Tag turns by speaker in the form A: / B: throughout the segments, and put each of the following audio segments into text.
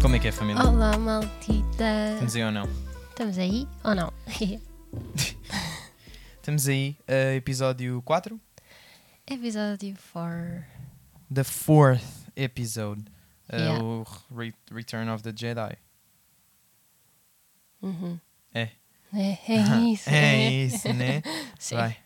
A: Como é que é, família?
B: Olá, maldita.
A: Estamos aí ou não?
B: Estamos aí ou não?
A: Estamos aí, eh, episódio 4,
B: Episódio 4.
A: the fourth episode, eh,
B: Yeah.
A: o Re- Return of the Jedi.
B: Uhum.
A: É.
B: É, é isso.
A: é isso, né?
B: Sim.
A: Vai.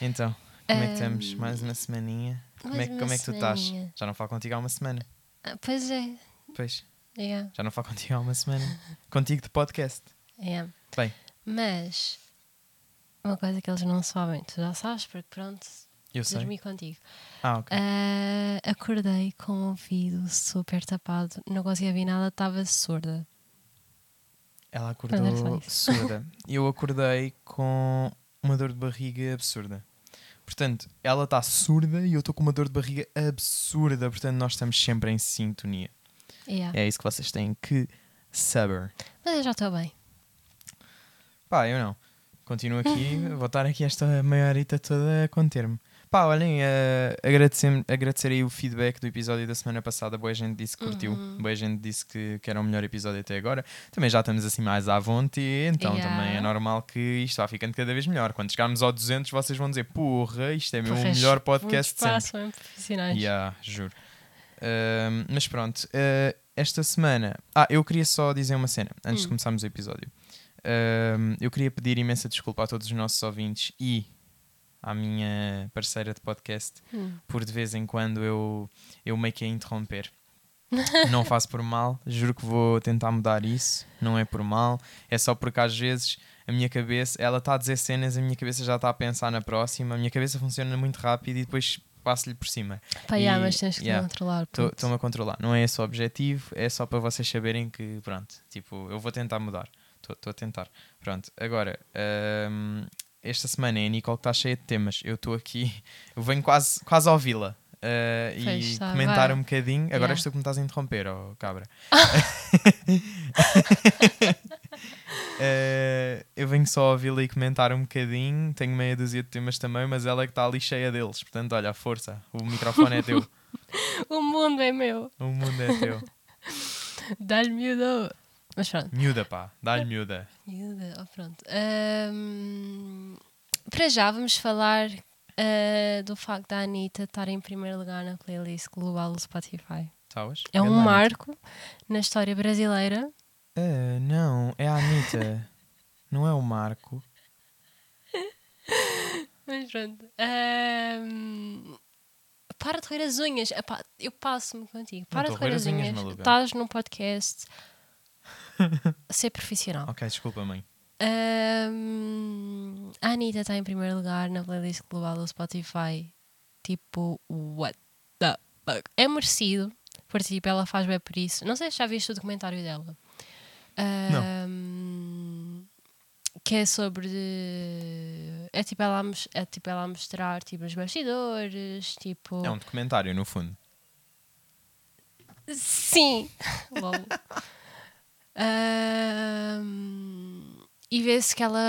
A: Então, como é que
B: Ahm,
A: estamos? Mais uma semaninha. Como é,
B: mais
A: que-
B: uma
A: como é que tu estás?
B: semaninha.
A: Já não falo contigo há uma semana.
B: Ah, pois é.
A: Pois,
B: Yeah,
A: já não falo contigo há uma semana. Contigo de podcast.
B: yeah.
A: Bem.
B: é. Mas, uma coisa que eles não sabem, tu já sabes, porque pronto,
A: Eu sei.
B: dormi contigo.
A: Ah, ok.
B: Ah, acordei com o ouvido super tapado, não conseguia ouvir nada, estava surda.
A: Ela
B: Olha só
A: acordou surda. Eu acordei com uma dor de barriga absurda. Portanto, ela está surda e eu estou com uma dor de barriga absurda. Portanto, nós estamos sempre em sintonia.
B: Yeah.
A: É isso que vocês têm que saber.
B: Mas eu já estou bem.
A: Pá, eu não. Continuo aqui, vou estar aqui esta meia horita toda a conter-me. Pá, olhem, eh, agradecem- agradecer aí o feedback do episódio da semana passada. Boa gente disse que curtiu,
B: Uhum.
A: boa gente disse que, que era o melhor episódio até agora. Também já estamos assim mais à vontade, então
B: Yeah.
A: também é normal que isto vá ficando cada vez melhor. Quando chegarmos ao 200, vocês vão dizer: Porra, isto é mesmo o
B: Vocês
A: melhor podcast de
B: muitos
A: sempre.
B: passam em profissionais.
A: Yeah, juro. Ahm, mas pronto, ah, esta semana. Ah, eu queria só dizer uma cena antes de
B: Hum.
A: começarmos o episódio. Ahm, eu queria pedir imensa desculpa a todos os nossos ouvintes e à minha parceira de podcast
B: Hum.
A: por de vez em quando eu, eu meio que a interromper. Não faço por mal, juro que vou tentar mudar isso. Não é por mal, é só porque às vezes a minha cabeça, ela está a dizer cenas, a minha cabeça já está a pensar na próxima. A minha cabeça funciona muito rápido e depois passo-lhe por cima.
B: Pá, yeah,
A: E-
B: mas tens que te
A: yeah.
B: controlar. puto.
A: Estou-me a controlar. Não é esse o objetivo, é só para vocês saberem que, pronto, tipo, eu vou tentar mudar. Estou a tentar. Pronto, agora, hum, esta semana é a Nicole que está cheia de temas. Eu estou aqui, eu venho quase, quase ao Vila. uh,
B: Pois,
A: e
B: tá,
A: comentar
B: vai.
A: um bocadinho. Agora
B: Yeah.
A: és tu que me estás a interromper, oh cabra. Uh, eu venho só ouvi-la e comentar um bocadinho. Tenho meia dúzia de temas também, mas ela é que está ali cheia deles. Portanto, olha, força, o microfone é teu,
B: O mundo é meu.
A: o mundo é teu.
B: Dá-lhe miúdo. Mas pronto.
A: Miúda, pá, dá-lhe miúda.
B: Miúdo, oh, pronto. Ahm, para já vamos falar ah, do facto da Anitta estar em primeiro lugar na playlist global do Spotify.
A: Sabes?
B: É um
A: Ela-
B: marco na história brasileira.
A: Ah, não, é a Anitta. não é o Marco.
B: Mas pronto. Ahm, para de roer as unhas. Epá, eu passo-me contigo. Para
A: tô
B: de roer as unhas.
A: maluca.
B: Estás num podcast. Ser profissional.
A: Ok, desculpa, mãe.
B: Ahm, a Anitta está em primeiro lugar na playlist global do Spotify. Tipo, what the fuck? É merecido, porque tipo, ela faz bem por isso. Não sei se já viste o documentário dela. Ahm, Que é sobre. É tipo ela a, mos- é, tipo, ela a mostrar tipo, os bastidores. Tipo.
A: É um documentário, no fundo.
B: Sim. Lol. Ahm, e vê-se que ela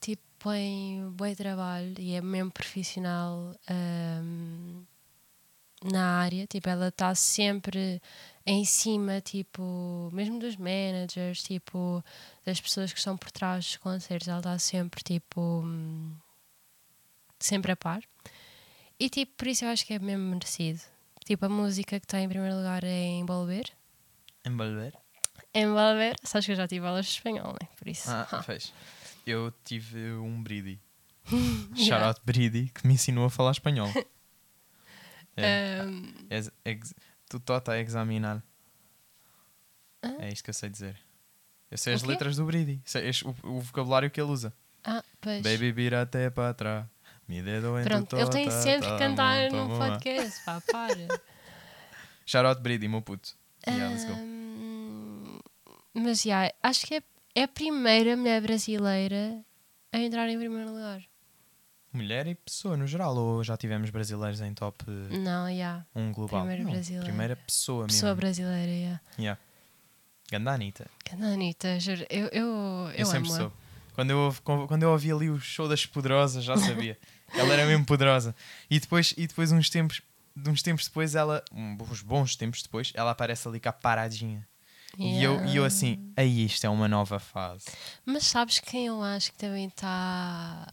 B: tipo, põe bom trabalho e é mesmo profissional ahm, na área. Tipo, ela está sempre em cima, tipo, mesmo dos managers, tipo, das pessoas que estão por trás dos concertos. Ela está sempre, tipo, hum, sempre a par. E tipo, por isso eu acho que é mesmo merecido. Tipo, a música que está em primeiro lugar é Envolver.
A: Envolver?
B: Envolver, sabes que eu já tive aulas de espanhol, né? Por isso.
A: Ah,
B: Ah.
A: fez. Eu tive um Bridi.
B: Yeah.
A: Shoutout Bridi, que me ensinou a falar espanhol. é,
B: Ahm,
A: és- ex- tu tota a examinar.
B: Hã?
A: É isto que eu sei dizer. Eu sei as
B: Ah? O quê?
A: letras do Bridi. Sei este- o, o vocabulário que ele usa.
B: ah, pois.
A: Baby, vira até para trás. Me dedo em
B: Pronto,
A: tu
B: ele tem
A: tota,
B: sempre que
A: tá
B: cantar
A: bom, tá
B: num
A: bom.
B: podcast, pá, para.
A: Shoutout Brady, meu puto.
B: Ah.
A: Yeah, let's go.
B: Ahm, mas já, acho que é, é a primeira mulher brasileira a entrar em primeiro lugar.
A: Mulher e pessoa no geral, ou já tivemos brasileiros em top eh,
B: Não, já.
A: 1 global?
B: Hum. Primeira
A: Não,
B: brasileira.
A: Primeira pessoa mesmo.
B: Pessoa brasileira, já.
A: Yeah. Ganda Anitta.
B: Ganda Anitta, juro, eu, eu, eu,
A: Eu, sempre
B: amo-a.
A: sou. Quando eu, ouvi- quando eu ouvi ali o show das Poderosas, já sabia. Ela era mesmo poderosa. E depois, e depois uns tempos, de uns tempos depois, ela, um- uns bons tempos depois, ela aparece ali cá paradinha. E, eu, e eu assim, aí isto é uma nova fase.
B: Mas sabes quem eu acho que também tá,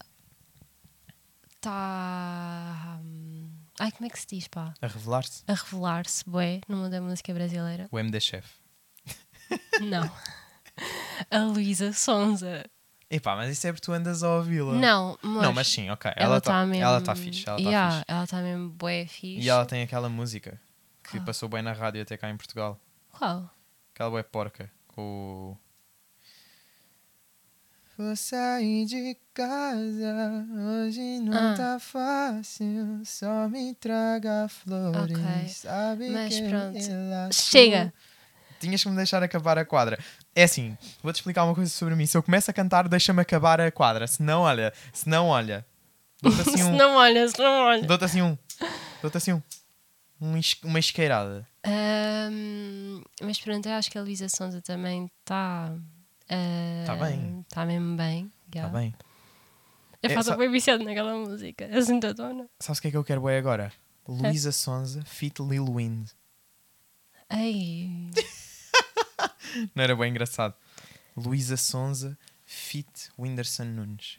B: está. Está. hum, Ai, como é que se diz, pá?
A: A revelar-se.
B: A revelar-se, bué, no mundo da música brasileira?
A: O MD Chef.
B: Não. A Luísa Sonza.
A: Epá, mas isso é porque tu andas a ouvi-la.
B: Não, mas.
A: Não, mas sim, ok.
B: Ela
A: Ela
B: está
A: está
B: mesmo.
A: ela tá fixe. Ela tá
B: Yeah,
A: fixe.
B: Ela está mesmo bué fixe. Ah.
A: E ela tipo, tem aquela música que
B: Qual?
A: passou bem na rádio até cá em Portugal.
B: Ah, Qual?
A: Aquela é porca com o. Vou sair de casa, hoje
B: não Ah.
A: tá fácil, só me traga flores,
B: Ok.
A: sabe
B: Mas que pronto.
A: assim,
B: Chega!
A: Tinhas que me deixar acabar a quadra. É assim, vou-te explicar uma coisa sobre mim. Se eu começo a cantar, deixa-me acabar a quadra. Se não, olha, se não, olha. Dou-te assim
B: Se
A: um.
B: não olha, se não olha.
A: Dou-te assim um. Dou-te assim um. um isque- uma tá isqueirada.
B: Ahm, Hum, mas pronto, eu acho que a Luísa Sonza também está.
A: Tá bem.
B: Está mesmo bem.
A: Tá
B: yeah.
A: bem?
B: Eu
A: É,
B: faço
A: só-
B: bem viciado naquela música. Assim da dona.
A: Sabes o que é que eu quero bem agora? Luísa Sonza, fit Lil Wind.
B: Ai.
A: Não era bem engraçado. Luísa Sonza, fit Whindersson Nunes.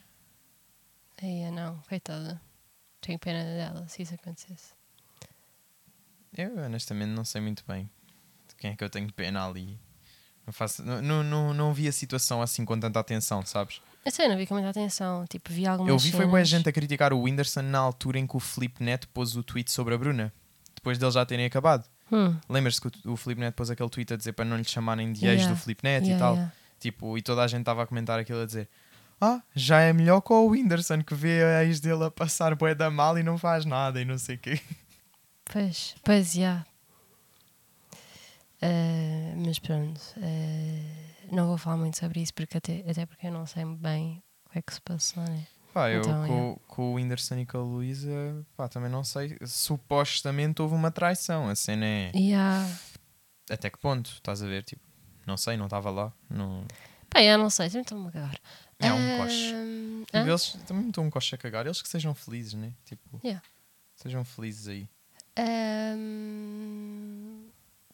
B: Ai, eu não, coitada. Tenho pena dela se isso acontecesse.
A: Eu honestamente não sei muito bem de quem é que eu tenho pena ali. Não, faço, não, não, não, não vi a situação assim com tanta atenção, sabes?
B: Eu sei, não vi com muita atenção. Tipo, vi algumas
A: eu vi foi boa
B: cenas.
A: gente a criticar o Whindersson na altura em que o Felipe Neto pôs o tweet sobre a Bruna. Depois deles já terem acabado.
B: Hum.
A: Lembras-te que o, t- o Felipe Neto pôs aquele tweet a dizer para não lhe chamarem de ex
B: Yeah.
A: do Felipe Neto
B: Yeah,
A: e tal.
B: yeah.
A: Tipo, e toda a gente estava a comentar aquilo a dizer: Ah, já é melhor com o Whindersson que vê a ex dele a passar bué da mal e não faz nada e não sei o quê.
B: Pois, pois, já. Ah, mas pronto, ah, não vou falar muito sobre isso, porque até, até porque eu não sei bem o que é que se passou, né?
A: Pá, eu
B: Então,
A: com, com o Whindersson e com a Luísa, pá, também não sei. Supostamente houve uma traição. A cena é.
B: Yeah.
A: Até que ponto? Estás a ver? Tipo, não sei, não estava lá. Não...
B: Pá, eu não sei, sempre estou-me a cagar.
A: É um
B: Ah,
A: coche.
B: hã?
A: Tipo, Eles também me estão um coche a cagar. Eles que sejam felizes, né? Tipo,
B: Yeah.
A: sejam felizes aí.
B: Ahm,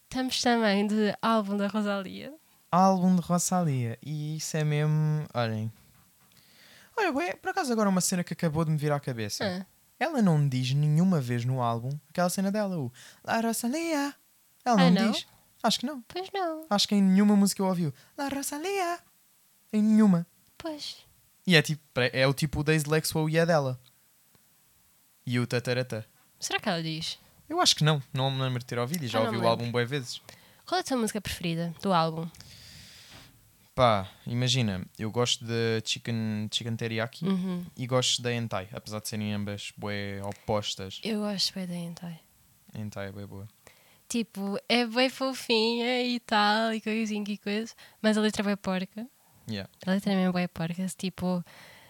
B: estamos também de álbum da Rosalia.
A: álbum de Rosalia. E isso é mesmo. Olhem. Olha, ué, por acaso agora uma cena que acabou de me vir à cabeça.
B: Ah,
A: Ela não diz nenhuma vez no álbum aquela cena dela, o La Rosalia. Ela não,
B: Ah, não?
A: diz. Acho que não.
B: pois não,
A: Acho que em nenhuma música eu ouviu La Rosalia. Em nenhuma.
B: pois.
A: E é tipo, é o tipo o Days Lexwell e é dela. E o Tatarata.
B: Será que ela diz?
A: Eu acho que não. Não me lembro de ter ouvido e já
B: Ah, não
A: ouvi
B: me
A: o álbum boas vezes.
B: Qual é a tua música preferida do álbum?
A: Pá, imagina, eu gosto de Chicken, chicken Teriyaki.
B: Uhum.
A: e gosto da hentai, apesar de serem ambas bué opostas.
B: Eu gosto bem da Hentai.
A: Hentai é bué boa.
B: Tipo, é bem fofinha e tal, e coisinha e coisa, mas a letra é bem porca.
A: Yeah.
B: A letra é mesmo bem porca, se, tipo,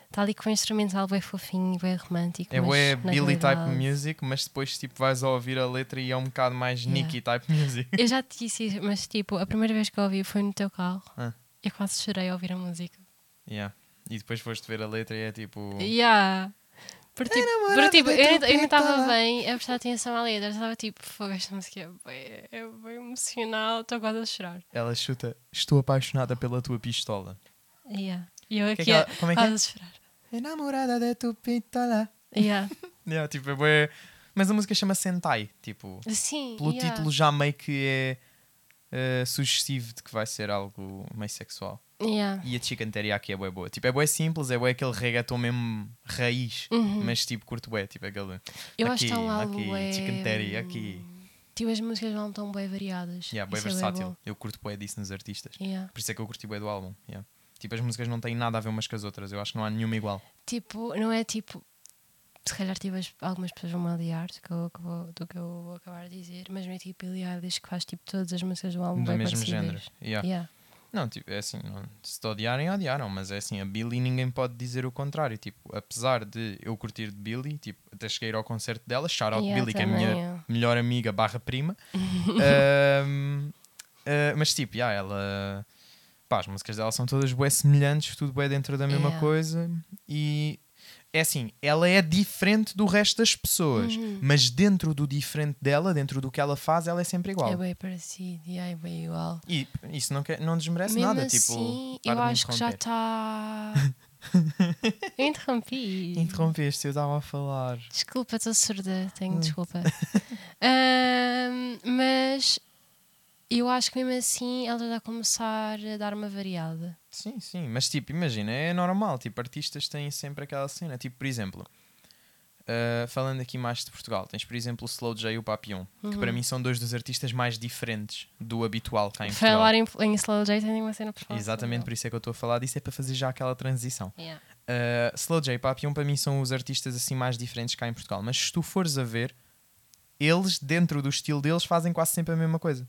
B: está ali com um instrumental bem fofinho, bem romântico.
A: É
B: mas
A: bué
B: na
A: Billy type
B: realidade-
A: music, mas depois tipo vais a ouvir a letra e é um bocado mais
B: Yeah.
A: Nicki type music.
B: Eu já te disse isso, mas tipo, a primeira vez que eu ouvi foi no teu carro.
A: Ah.
B: Eu quase chorei ao ouvir a música.
A: Yeah. E depois foste ver a letra e é tipo.
B: Yeah. Porque, tipo,
A: namorada
B: porque, tipo,
A: da
B: eu nem-
A: tua
B: eu não estava
A: pipa.
B: bem a prestar atenção à letra. Eu estava tipo, fogo, esta música é bem, é bem emocional, estou quase a chorar.
A: Ela chuta, estou apaixonada pela tua pistola.
B: Yeah. E eu
A: Que é
B: aqui
A: que ela- como é que é?
B: quase a chorar.
A: Enamorada da tua pistola.
B: Yeah.
A: Yeah, tipo, é bué. Mas a música chama-se hentai, tipo.
B: Sim.
A: Pelo
B: yeah.
A: título já meio que é eh, sugestivo de que vai ser algo meio sexual.
B: Yeah.
A: E a chicken teriyaki é bué boa. Tipo, é bué simples, é bué aquele reggaeton mesmo raiz.
B: Uhum.
A: Mas tipo, curto bué, tipo, aquele...
B: Eu
A: aqui,
B: acho que está um álbum
A: aqui,
B: bué- hum,
A: chicken teriyaki.
B: Tipo, as músicas não estão bem variadas.
A: Yeah, bué
B: Isso é bué
A: versátil.
B: bom.
A: eu curto bué disso nos artistas.
B: Yeah.
A: Por isso é que eu curti bué do álbum. yeah. Tipo, as músicas não têm nada a ver umas com as outras. Eu acho que não há nenhuma igual.
B: Tipo, não é tipo. Se calhar tipo, as- algumas pessoas vão me odiar do que, eu, acabo- do que eu vou acabar de dizer, mas não é tipo Billie Eilish que faz tipo todas as músicas do álbum
A: do
B: bem
A: mesmo
B: parecidas.
A: género. Yeah.
B: Yeah.
A: Não, tipo, é assim, não- se te odiarem, odiaram, mas é assim, a Billy ninguém pode dizer o contrário. Tipo, apesar de eu curtir de Billy, tipo, até cheguei a ir ao concerto dela, shout out
B: Yeah,
A: Billy, que é a
B: também
A: minha
B: eu.
A: melhor amiga barra prima. Ahm, ah, mas tipo, yeah, ela. Pá, as músicas dela são todas bué semelhantes, tudo bué dentro da mesma
B: Yeah.
A: coisa. E é assim, ela é diferente do resto das pessoas,
B: Uhum.
A: mas dentro do diferente dela, dentro do que ela faz, ela é sempre igual.
B: É bem parecido e é bem igual.
A: E isso não, quer- não desmerece
B: Mesmo
A: nada.
B: assim,
A: tipo, para
B: eu
A: de me
B: acho que já
A: interromper.
B: está. eu interrompi.
A: Interrompeste, eu estava a falar.
B: Desculpa, estou surda,
A: Hum.
B: tenho desculpa. Ahm, mas eu acho que mesmo assim ela vai começar a dar uma variada.
A: Sim, sim, mas tipo, imagina, é normal, tipo, artistas têm sempre aquela cena, tipo, por exemplo, ah, falando aqui mais de Portugal, tens por exemplo o Slow J e o Papillon, que para mim são dois dos artistas mais diferentes do habitual cá Tá em Portugal.
B: Falar em, em Slow J tem uma cena por falar.
A: Exatamente por
B: sobre
A: isso é que eu estou a falar disso, é para fazer já aquela transição.
B: ela. Yeah.
A: Uh, Slow J e Papillon para mim são os artistas assim mais diferentes cá em Portugal, mas se tu fores a ver, eles dentro do estilo deles fazem quase sempre a mesma coisa.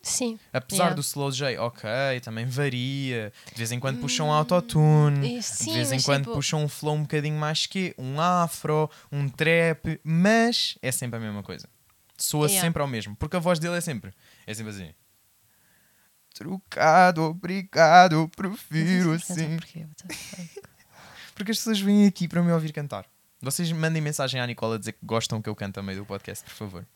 B: Sim,
A: Apesar
B: Yeah.
A: do Slow J, ok, também varia. De vez em quando puxam autotune,
B: isso,
A: de
B: Hum. sim,
A: vez em
B: mas
A: quando
B: tipo-
A: puxam um flow um bocadinho mais que um afro, um trap, mas é sempre a mesma coisa. Soa
B: Yeah.
A: sempre ao mesmo, porque a voz dele é sempre, é sempre assim. Trocado, obrigado, prefiro
B: Não sei se
A: assim.
B: porquê, what the fuck.
A: Porque as pessoas vêm aqui para me ouvir cantar. Vocês mandem mensagem à Nicola dizer que gostam que eu canto a meio do podcast, por favor.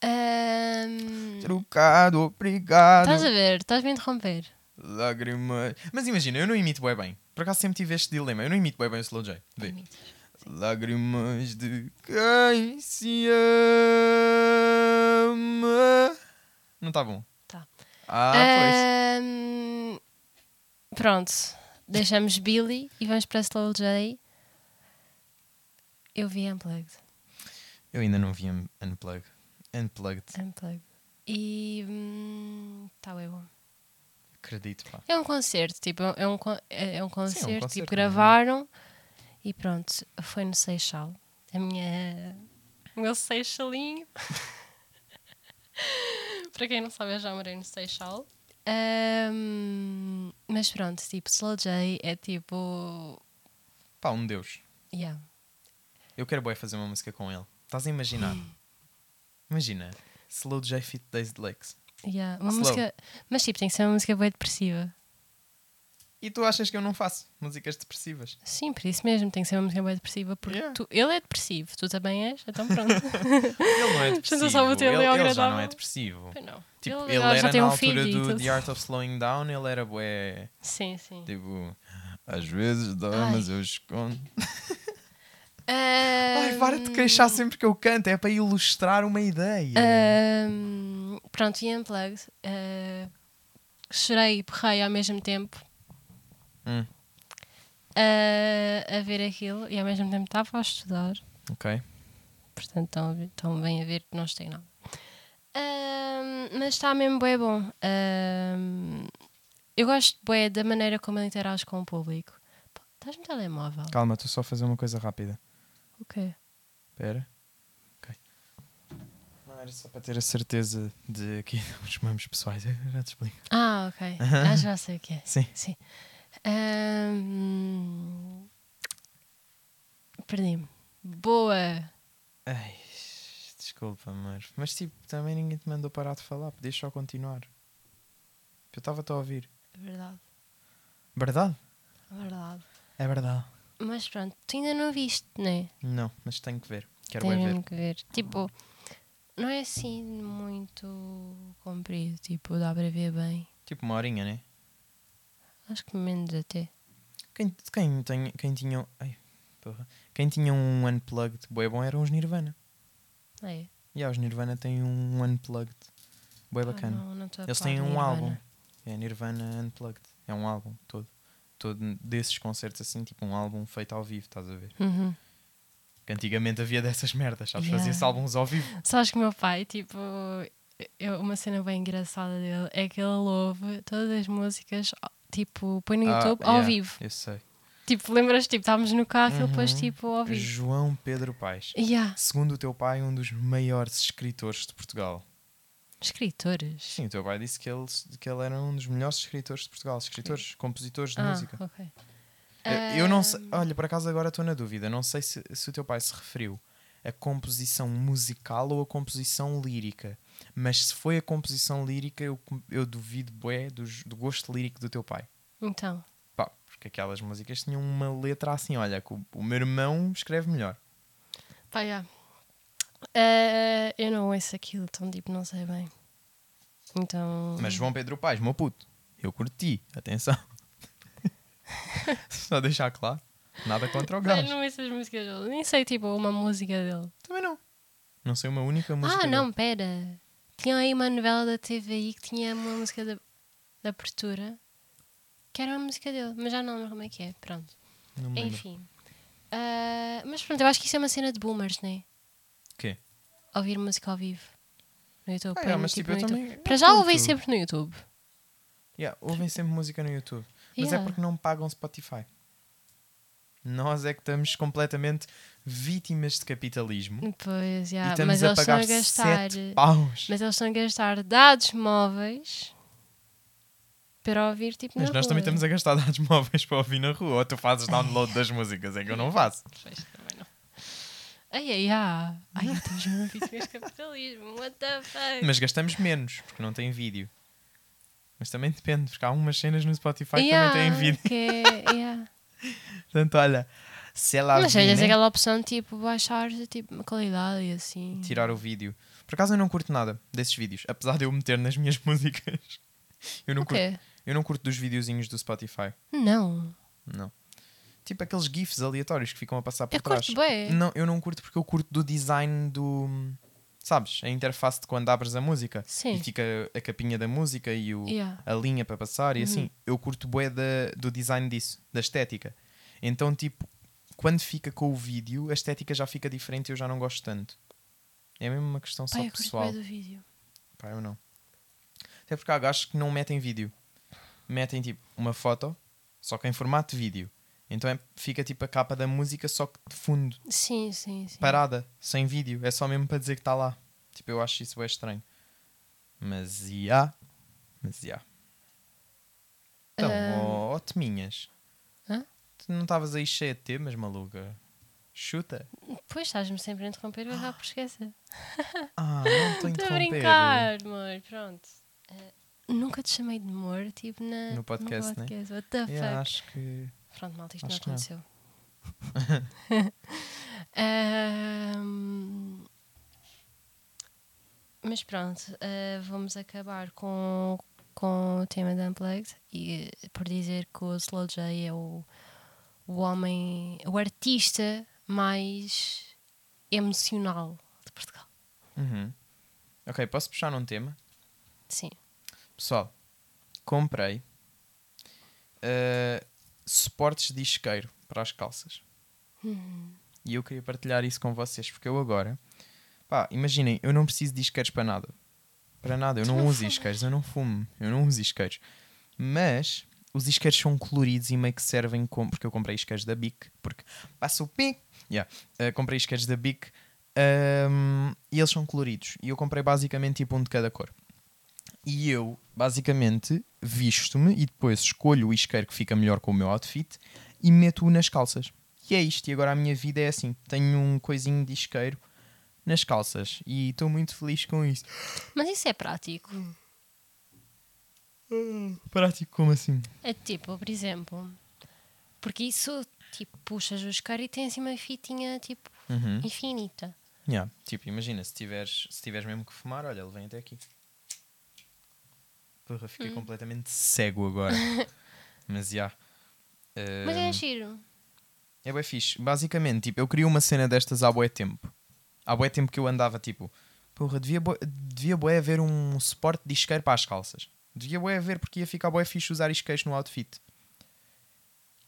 B: Ahm,
A: Trocado, obrigado.
B: Hum. Estás a ver, estás-me a interromper.
A: Lágrimas. Mas imagina, eu não imito bem bem. Por acaso sempre tive este dilema. Eu não imito bem bem o Slow J. Vê. Lágrimas de quem se ama. Não está bom?
B: Tá.
A: Ah, pois.
B: Ahm, pronto, deixamos Billy e vamos para Slow J. Eu vi Unplugged.
A: Eu ainda não vi un- Unplug. Unplugged.
B: Unplugged. E hum, tá bem bom.
A: Acredito, pá.
B: É um concerto, tipo, é um, con- é um concerto, tipo,
A: concerto,
B: gravaram e pronto, foi no Seixal. A minha. O meu Seixalinho. Para quem não sabe, eu já morei no Seixal. Ahm, mas pronto, tipo, Slow J é tipo.
A: Pá, um deus.
B: Yeah.
A: Eu quero boy fazer uma música com ele. Estás a imaginar? Imagina. Slow J Fit Days de Lakes.
B: Yeah. Uma
A: Slow.
B: música. Mas tipo, tem que ser uma música bem depressiva.
A: E tu achas que eu não faço músicas depressivas?
B: Sim, por isso mesmo, tem que ser uma música bem depressiva. Porque
A: Yeah.
B: tu- ele é depressivo, tu também és, então pronto.
A: Ele não é
B: Portanto,
A: depressivo.
B: eu só vou ter ali
A: ele,
B: ao
A: ele já
B: agradável.
A: não é depressivo.
B: Pois não.
A: Tipo,
B: Ele
A: ele,
B: agora já
A: era
B: tem
A: na
B: um
A: altura
B: filho e
A: do
B: tudo.
A: The Art of Slowing Down, ele era bué,
B: Sim, sim.
A: tipo, às vezes dá,
B: Ai.
A: mas eu escondo.
B: Ai,
A: Ai, para de queixar sempre que eu canto, é para ilustrar uma
B: Ah.
A: ideia.
B: pronto, e Unplugged. ah, chorei e borrei ao mesmo tempo
A: Hum,
B: ah, a ver aquilo e ao mesmo tempo estava a estudar.
A: ok.
B: Portanto, estão, a ver- estão bem a ver que não tem nada. Ahm, mas está mesmo bem bom. Ahm, eu gosto bué da maneira como ele interage com o público. Pá, Estás no telemóvel?
A: Calma, estou só a fazer uma coisa rápida.
B: O quê?
A: Espera. Ok. Não, era só para ter a certeza de que os memes pessoais. Eu já te explico.
B: Ah, ok. Ah, já sei o que é.
A: Sim.
B: Sim. Ahm, Perdi-me. Boa.
A: Ai, desculpa, amor. Mas tipo, também ninguém te mandou parar de falar. Podias só continuar. Eu estava-te a ouvir.
B: Verdade,
A: Verdade?
B: verdade.
A: É verdade.
B: Mas pronto, tu ainda não viste, não é?
A: Não, mas tenho que ver. Quero
B: Tem
A: bem ver.
B: mesmo que ver. Tipo, não é assim muito comprido. Tipo, dá para ver bem.
A: Tipo uma horinha, né?
B: Acho que menos até.
A: Quem, quem, tem, quem tinha. um, Ai, porra. Quem tinha um unplugged bué bom eram os Nirvana.
B: É.
A: E yeah, os Nirvana têm um unplugged bué
B: Pá,
A: É bacana.
B: Ah, não- não tô a
A: Eles
B: par
A: têm
B: de
A: um
B: Nirvana.
A: álbum. É Nirvana Unplugged. É um álbum todo. Todo desses concertos assim, tipo um álbum feito ao vivo, estás a ver?
B: Uhum.
A: Que antigamente havia dessas merdas, sabes?
B: Yeah.
A: Fazia-se álbuns ao vivo.
B: Sabes que o meu pai, tipo, eu- uma cena bem engraçada dele é que ele ouve todas as músicas, tipo, põe no
A: Ah,
B: YouTube ao
A: yeah,
B: vivo.
A: Eu sei.
B: Tipo, lembras, tipo, estávamos no carro e ele pôs,
A: Uhum.
B: tipo, ao vivo.
A: João Pedro Paes.
B: Yeah.
A: Segundo o teu pai, um dos maiores escritores de Portugal.
B: Escritores.
A: Sim, o teu pai disse que ele, que ele era um dos melhores escritores de Portugal. Escritores, compositores de
B: ah,
A: música.
B: ok.
A: Eh, Eu não sei, olha, por acaso agora estou na dúvida. Não sei se, se o teu pai se referiu a composição musical ou a composição lírica. Mas se foi a composição lírica, eu, eu duvido bué do, do gosto lírico do teu pai.
B: Então,
A: Pá, porque aquelas músicas tinham uma letra assim, olha, que o, o meu irmão escreve melhor.
B: Pá, já. Ah, eu não ouço aquilo, então tipo, não sei bem. Então.
A: Mas João Pedro Paes, meu puto, eu curti, atenção. Só deixar claro, nada contra o
B: Pá, eu
A: gajo.
B: não ouço as músicas dele. Nem sei, tipo, uma música dele.
A: Também não. Não sei uma única música.
B: ah,
A: dele.
B: não, pera. Tinha aí uma novela da TVI que tinha uma música da, da abertura que era uma música dele, mas já não lembro como é que é. Pronto.
A: Não me lembro.
B: Enfim. Ah, mas pronto, eu acho que isso é uma cena de boomers, né?
A: Quê?
B: Ouvir música ao vivo no YouTube.
A: Ah,
B: Põe
A: é,
B: no-
A: mas tipo, eu
B: no YouTube.
A: também.
B: Para já
A: curto.
B: ouvem sempre no YouTube.
A: Yeah, ouvem sempre música no YouTube. Mas é
B: Yeah.
A: porque não pagam Spotify. Nós é que estamos completamente vítimas de capitalismo.
B: Pois,
A: e
B: já.
A: estamos
B: mas
A: a
B: eles estão
A: pagar
B: a gastar. eh,
A: sete paus.
B: Mas eles estão a gastar dados móveis para ouvir tipo
A: Mas
B: na
A: nós também
B: rua.
A: estamos a gastar dados móveis para ouvir na rua. Ou tu fazes download das músicas, é que eu não faço.
B: Pois, também não. Ai, ai, ai. Ai, eu estamos mesmo vítimas de capitalismo. What the fuck?
A: Mas gastamos menos, porque não tem vídeo. Mas também depende, porque há algumas cenas no Spotify
B: Yeah,
A: que também têm vídeo.
B: que é- yeah.
A: Portanto, olha, se ela
B: Mas tens
A: vir, né,
B: aquela opção tipo baixar tipo, uma qualidade e assim.
A: tirar o vídeo. Por acaso eu não curto nada desses vídeos, apesar de eu meter nas minhas músicas. Eu não,
B: o
A: curto,
B: quê?
A: eu não curto dos videozinhos do Spotify.
B: Não.
A: Não. Tipo aqueles GIFs aleatórios que ficam a passar por
B: Eu
A: trás.
B: curto bem.
A: Não, eu não curto porque eu curto do design do. Sabes? A interface de quando abres a música.
B: Sim.
A: E fica a capinha da música e o,
B: Yeah.
A: a linha para passar e assim.
B: Uhum.
A: Eu curto bué da, do design disso, da estética. Então, tipo, quando fica com o vídeo, a estética já fica diferente e eu já não gosto tanto. É mesmo uma questão só
B: Pai, eu curto
A: pessoal.
B: bem do vídeo.
A: Pá, eu não. Até porque há gajos que não metem vídeo. Metem tipo uma foto, só que em formato de vídeo. Então é- fica tipo a capa da música, só que de fundo,
B: Sim, sim, sim.
A: parada, sem vídeo. É só mesmo para dizer que está lá. Tipo, eu acho isso bem estranho. Mas ia. Mas ia. Então,
B: Ah.
A: ó ó, Teminhas.
B: Hã?
A: Tu não estavas aí cheia de temas, maluca? Chuta.
B: Pois estás-me sempre a interromper, eu já por esquecer.
A: Ah, não estou a
B: Estou a
A: interromper.
B: brincar, amor. Pronto. Eh, nunca te chamei de amor, tipo na,
A: No podcast, né?
B: podcast. What the
A: Yeah,
B: fuck?
A: acho que.
B: Pronto, malta, isto não
A: Acho que não.
B: aconteceu. Ahm, mas pronto, ah, vamos acabar com, com o tema da Unplugged e eh, por dizer que o Slow J é o, o homem, o artista mais emocional de Portugal.
A: Uhum. Ok, posso puxar num tema?
B: Sim.
A: Pessoal, comprei uh, suportes de isqueiro para as calças. E eu queria partilhar isso com vocês, porque eu agora, pá, imaginem, eu não preciso de isqueiros para nada. Para nada, eu
B: Tu
A: não,
B: não
A: uso
B: fumas.
A: isqueiros, eu não fumo, eu não uso isqueiros. Mas os isqueiros são coloridos e meio que servem como. Porque eu comprei isqueiros da BIC, porque passa o pic. Yeah. Uh, comprei isqueiros da BIC um, e eles são coloridos. E eu comprei basicamente tipo um de cada cor. E eu, basicamente, visto-me e depois escolho o isqueiro que fica melhor com o meu outfit e meto-o nas calças. E é isto. E agora a minha vida é assim: tenho um coisinho de isqueiro nas calças e estou muito feliz com isso.
B: Mas isso é prático.
A: Hum. Prático, como assim?
B: É tipo, por exemplo, porque isso, tipo, puxas o isqueiro e tens uma fitinha, tipo,
A: Uhum.
B: infinita.
A: Yeah. Tipo, imagina, se tiveres, se tiveres mesmo que fumar, olha, ele vem até aqui. Porra,
B: Hum.
A: fiquei completamente cego agora. Mas já.
B: Mas
A: Hum.
B: é giro.
A: É bué fixe. Basicamente, tipo, eu queria uma cena destas há bué tempo. Há bué tempo que eu andava, tipo... Porra, devia bué, devia bué haver um suporte de isqueiro para as calças. Devia bué haver porque ia ficar bué fixe usar isqueiros no outfit.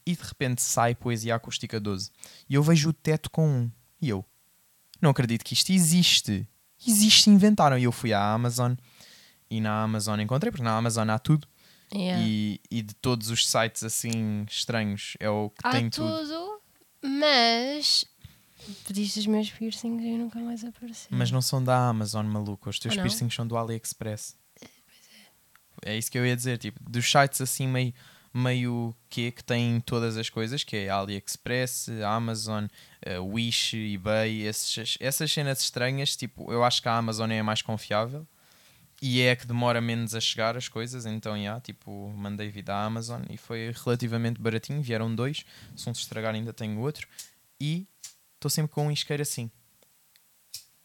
A: E de repente sai Poesia Acústica 12. E eu vejo o teto com um. E eu... Não acredito que isto existe. Existe, inventaram. E eu fui à Amazon. E na Amazon encontrei, porque na Amazon há tudo.
B: Yeah.
A: E, e de todos os sites assim estranhos, é o que
B: Há
A: tem tudo.
B: tudo, mas pediste os meus piercings e nunca mais apareceu.
A: Mas não são da Amazon, maluco. Os teus
B: Ah, não?
A: piercings são do AliExpress. É isso que eu ia dizer. Tipo, dos sites assim meio, meio quê, que têm todas as coisas, que é AliExpress, Amazon, eh, Wish, eBay, esses- essas cenas estranhas, tipo, eu acho que a Amazon é a mais confiável. e é a que demora menos a chegar as coisas, então, yeah, tipo, mandei vir da Amazon e foi relativamente baratinho, vieram dois, se um se estragar ainda tenho outro, e estou sempre com um isqueiro assim.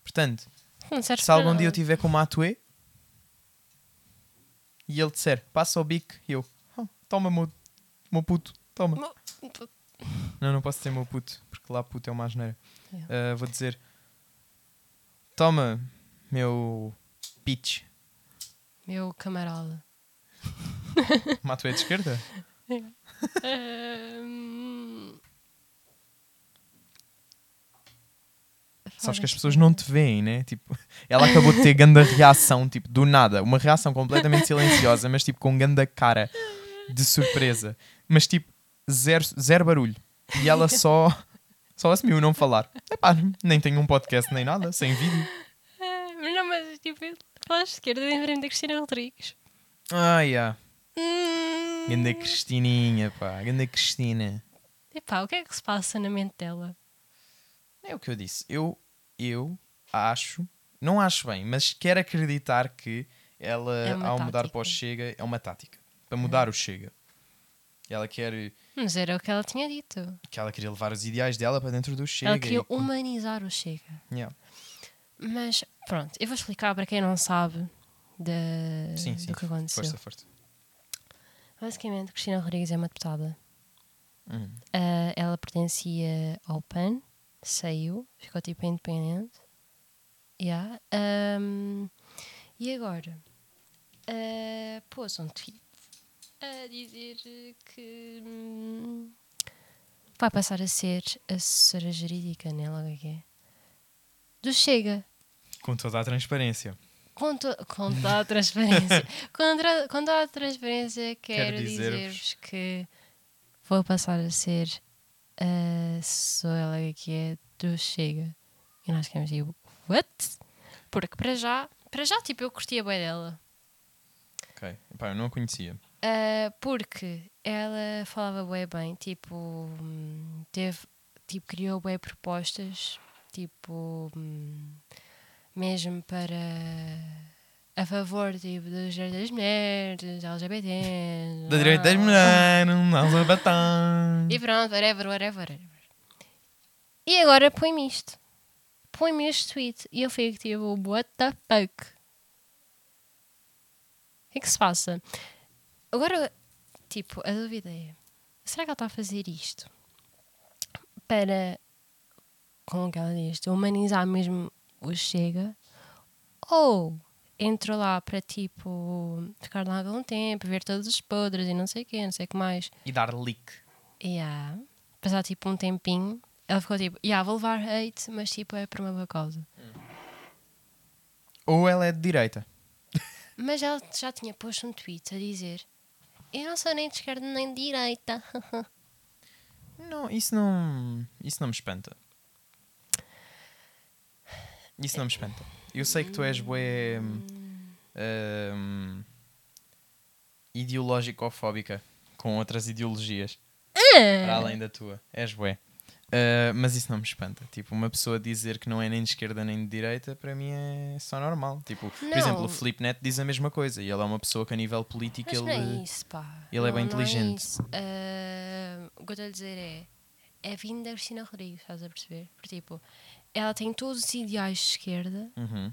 A: Portanto,
B: Não serve
A: se
B: Hum, para
A: algum
B: nada.
A: dia eu tiver com uma Atue e ele disser, passa o bico, eu, "Oh, toma, meu, meu puto, toma. Não, não posso dizer meu puto, porque lá puto é uma asneira. Ah, vou dizer, toma, meu pitch.
B: Meu camarada.
A: Uma Atue é de esquerda? Hum.
B: Ahm.
A: Sabes que as pessoas não te veem, né? Tipo, ela acabou de ter ganda reação, tipo, do nada. Uma reação completamente silenciosa, mas tipo, com ganda cara de surpresa. Mas tipo, zero, zero barulho. E ela só, só assumiu não falar. Epá, nem tenho um podcast nem nada, sem vídeo.
B: Ah, mas não, mas tipo, lá à esquerda lembrei-me da Cristina Rodrigues.
A: Ai, ah,
B: Hum.
A: ganda Cristininha, pá, ganda Cristina.
B: Epá, o que é que se passa na mente dela?
A: É o que eu disse. Eu, eu acho, não acho bem, mas quero acreditar que ela,
B: É uma
A: ao mudar
B: tática. Uhum.
A: para o Chega, é uma tática. Para mudar o Chega. Ela quer
B: Mas era o que ela tinha dito.
A: que ela queria levar os ideais dela para dentro do Chega. hum.
B: Ela um- queria
A: e-
B: humanizar o Chega.
A: Yeah.
B: Mas pronto, eu vou explicar para quem não sabe da-
A: Sim, sim.
B: É, do que aconteceu.
A: Força, força.
B: Basicamente, Cristina Rodrigues é uma deputada.
A: Hum.
B: Ah, ela pertencia ao PAN, saiu, ficou tipo independente. Yeah. Ahm, e agora? ah, pôs um tweet a dizer que hum, vai passar a ser assessora jurídica, né? Logo o que é. Do Chega.
A: Com toda a transparência.
B: Quanto, quanto à transferência, quanto, à- quanto à transferência, quero,
A: Quero dizer-vos-
B: dizer-vos que vou passar a ser a Soela que é do Chega. E nós queremos dizer, what? Porque para já, para já, tipo, eu curtia bem dela.
A: Ok. Epá, eu não a conhecia.
B: Ah, porque ela falava bem bem, tipo, hum, teve, tipo, criou bem propostas, tipo, hum, mesmo para a favor tipo, dos direitos das mulheres, LGBT.
A: Da direita das mulheres, não se batam.
B: Ah. E pronto, whatever, whatever, whatever. E agora põe-me isto. Põe-me este tweet. E eu fico tipo, what the fuck? O que é que se passa? Agora, tipo, a dúvida é: será que ela está a fazer isto para, como é que ela diz, humanizar mesmo o Chega? Ou entrou lá para, tipo, ficar lá algum tempo, ver todos os podres e não sei o quê, não sei o que mais?
A: E dar leak.
B: Yeah. Passar tipo um tempinho, ela ficou tipo, yeah, vou levar hate, mas tipo é por uma boa causa.
A: Ou ela é de direita.
B: Mas ela já tinha posto um tweet a dizer: Eu não sou nem de esquerda nem de direita.
A: Não, isso não. Isso não me espanta. Isso não me espanta. Eu sei que tu és bué. hum, ideológico-fóbica com outras ideologias
B: É.
A: para além da tua. És bué. Uh, mas isso não me espanta. Tipo, uma pessoa dizer que não é nem de esquerda nem de direita, para mim é só normal. Tipo, por
B: Não.
A: exemplo, o Felipe Neto diz a mesma coisa e ele é uma pessoa que a nível político
B: Mas
A: ele.
B: não é isso, pá.
A: ele é bem
B: Não, não
A: inteligente.
B: isso. Ah, o que eu estou a dizer é: é vindo da Cristina Rodrigues, estás a perceber? Porque tipo, ela tem todos os ideais de esquerda,
A: Uhum.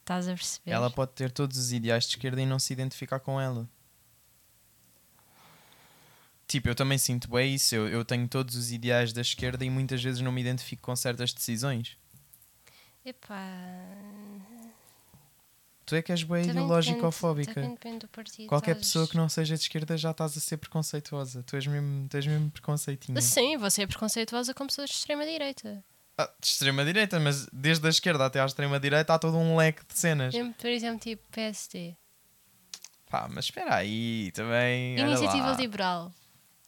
B: estás a perceber?
A: Ela pode ter todos os ideais de esquerda e não se identificar com ela. Tipo, eu também sinto bem isso. Eu, eu tenho todos os ideais da esquerda e muitas vezes não me identifico com certas decisões.
B: Epá,
A: é Tu é que és bem
B: também
A: ideológico-fóbica.
B: depende- Depende do partido.
A: Qualquer
B: estás-
A: pessoa que não seja de esquerda já estás a ser preconceituosa. Tu és mesmo, tu és mesmo preconceitinha.
B: Sim, você é preconceituosa com pessoas de extrema-direita.
A: Ah, de extrema-direita, mas desde a esquerda até à extrema-direita há todo um leque de cenas.
B: Mesmo, Por exemplo, tipo PSD.
A: Pá, mas espera aí, também. olha
B: Iniciativa
A: lá.
B: Liberal.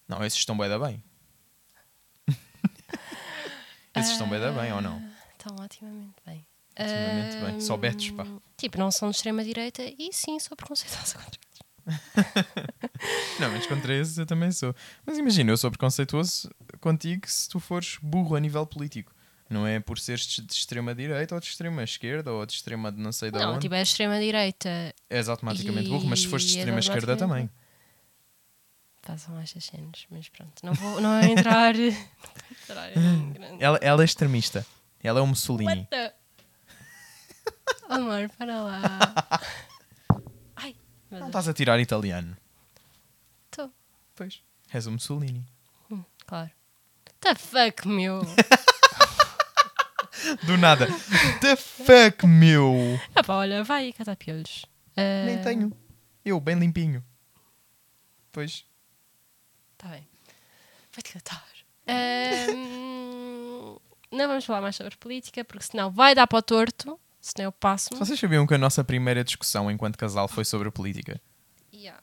A: Não, esses estão bem da bem. esses estão bem da bem ou não?
B: Estão otimamente bem.
A: Otimamente bem. Só
B: Ahm,
A: betos, pá.
B: Tipo, não são de extrema-direita e sim, sou preconceituosa contra
A: É
B: eles.
A: Não, mas contra esses eu também sou. Mas imagina, eu sou preconceituoso contigo se tu fores burro a nível político. Não é por seres de de extrema direita ou de extrema esquerda ou de extrema de não sei de
B: Não,
A: onde.
B: tipo, é extrema-direita.
A: És automaticamente burro, mas se fores de
B: E é
A: extrema esquerda também.
B: automaticamente. Passam estas cenas, mas pronto, não vou, não vou entrar. não vou entrar em grande.
A: Ela, ela é extremista. Ela é um Mussolini.
B: What the? Amor, para lá. Ai, meu
A: Não
B: Deus.
A: estás a tirar italiano.
B: Tô.
A: Pois. És um Mussolini.
B: Hum,
A: tá-
B: claro. The fuck, meu?
A: Do nada. The fuck, meu?
B: ah, pá, olha, vai catar piolhos. Ah,
A: Nem tenho. Eu, bem limpinho. Pois.
B: Tá bem. Vai-te catar. Ahm, Ehm, não vamos falar mais sobre política, porque senão vai dar para o torto. Senão eu passo-me.
A: Vocês sabiam que a nossa primeira discussão enquanto casal foi sobre política?
B: Yeah.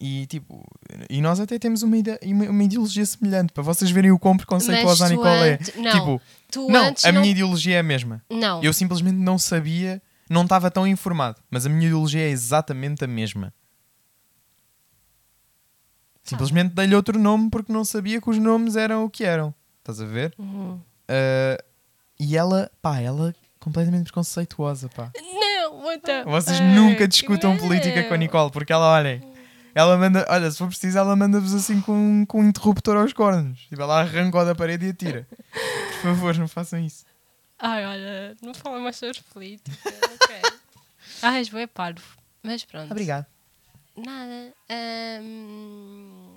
A: E tipo, e nós até temos uma, ide- uma, uma ideologia semelhante para vocês verem o quão preconceituosa a
B: Mas tu
A: Nicole é.
B: antes- não,
A: tipo,
B: Tu
A: não,
B: antes
A: a
B: não...
A: minha ideologia é a mesma.
B: Não.
A: Eu simplesmente não sabia, não estava tão informado, mas a minha ideologia é exatamente a mesma. Simplesmente dei-lhe outro nome porque não sabia que os nomes eram o que eram. Estás a ver?
B: Uhum.
A: Ah, e ela, pá, ela é completamente preconceituosa, pá.
B: Não, what the
A: É, Vocês
B: fuck,
A: nunca discutam política com a
B: meu.
A: Nicole, porque ela, olhem, ela manda, olha, se for preciso, ela manda-vos assim com, com um interruptor aos cornos. Tipo, ela arranca da parede e atira. Por favor, não façam isso.
B: Ai, olha, não fala mais sobre política. ok. Ai, és bué parvo. Mas pronto.
A: Obrigado.
B: Nada. Ahm,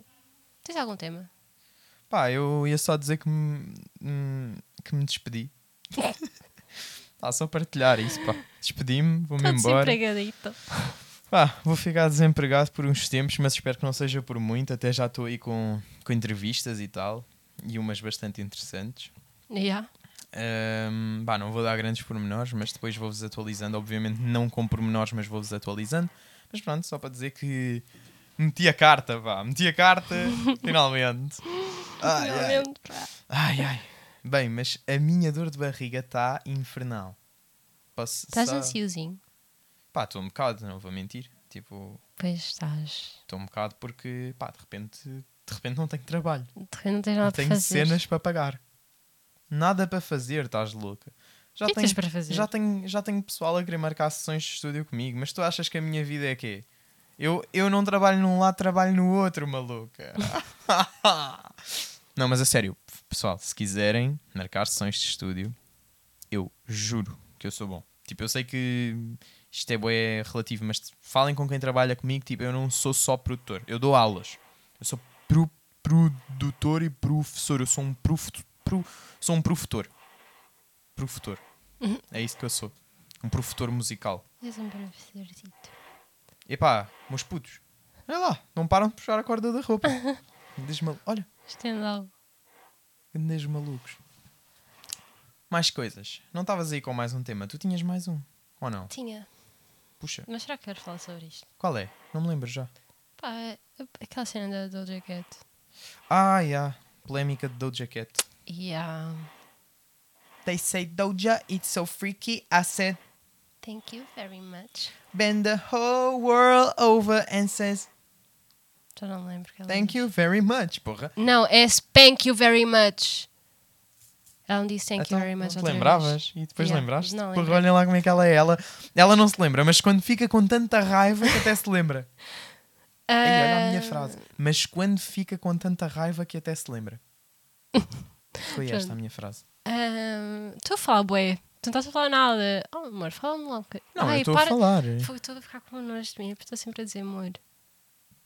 B: Tens algum tema?
A: Pá, eu ia só dizer que me, hum, que me despedi. Tá, só partilhar isso, pá. Despedi-me, vou-me
B: Estou
A: embora.
B: desempregadita.
A: Pá, vou ficar desempregado por uns tempos, mas espero que não seja por muito. Até já estou aí com, com entrevistas e tal, e umas bastante interessantes.
B: Yeah.
A: Ahm, bah, não vou dar grandes pormenores, mas depois vou-vos atualizando. Obviamente, não com pormenores, mas vou-vos atualizando. Mas pronto, só para dizer que meti a carta, vá, meti a carta, finalmente. Ai, ai,
B: Finalmente, pá.
A: ai, ai. Bem, mas a minha dor de barriga está infernal. Posso
B: Estás
A: só-
B: ansiosinho?
A: Pá, estou um bocado, não vou mentir. Tipo,
B: Pois estás.
A: estou um bocado porque, pá, de repente, de repente não tenho trabalho.
B: De repente não tens
A: Não
B: nada para
A: tenho
B: fazer.
A: cenas para pagar. Nada para fazer, estás louca. Já
B: O que é que
A: tenho-
B: tens para fazer?
A: Já tenho, já tenho pessoal a querer marcar sessões de estúdio comigo, mas tu achas que a minha vida é quê? Eu, eu não trabalho num lado, trabalho no outro, maluca. não, mas a sério, pessoal, se quiserem marcar sessões de estúdio, eu juro que eu sou bom. Tipo, eu sei que isto é bué relativo, mas falem com quem trabalha comigo, tipo, eu não sou só produtor, eu dou aulas. Eu sou pro- produtor e professor, eu sou um prof, pro- sou um profetor. Profetor. É isso que eu sou. Um professor musical.
B: És um professorzito.
A: Epá, meus putos. Olha lá, não param de puxar a corda da roupa. Grandes malu- Olha,
B: Estende algo.
A: grandes malucos. Mais coisas. Não estavas aí com mais um tema. Tu tinhas mais um. Ou não?
B: Tinha.
A: Puxa.
B: Mas será que quero falar sobre isto?
A: Qual é? Não me lembro já.
B: Pá, é- aquela cena da Doja Cat.
A: Ah, já. Polémica de Doja Cat.
B: Yeah.
A: They say Doja, it's so freaky. I said,
B: Thank you very much.
A: bend the whole world over and says,
B: Já não lembro. que ela
A: thank
B: diz.
A: you very much, porra.
B: Não, é thank you very much. Ela não disse thank
A: Então,
B: you very
A: não
B: much.
A: te
B: outra vez.
A: lembravas e depois
B: Yeah,
A: lembraste?
B: não
A: Porra,
B: lembrei.
A: olhem lá como é que ela é. Ela, ela não se lembra, mas quando fica com tanta raiva que até se lembra. Aí, olha a minha
B: Ah,
A: frase. Mas quando fica com tanta raiva que até se lembra. Foi esta a minha frase.
B: ah, Estou a falar, bué. Tu não estás a falar nada. Oh, amor, fala-me lá um bocadinho.
A: Não,
B: Ai,
A: eu estou a
B: para-
A: falar.
B: Fogo, Estou a ficar com nojo de mim, porque estou sempre a dizer amor.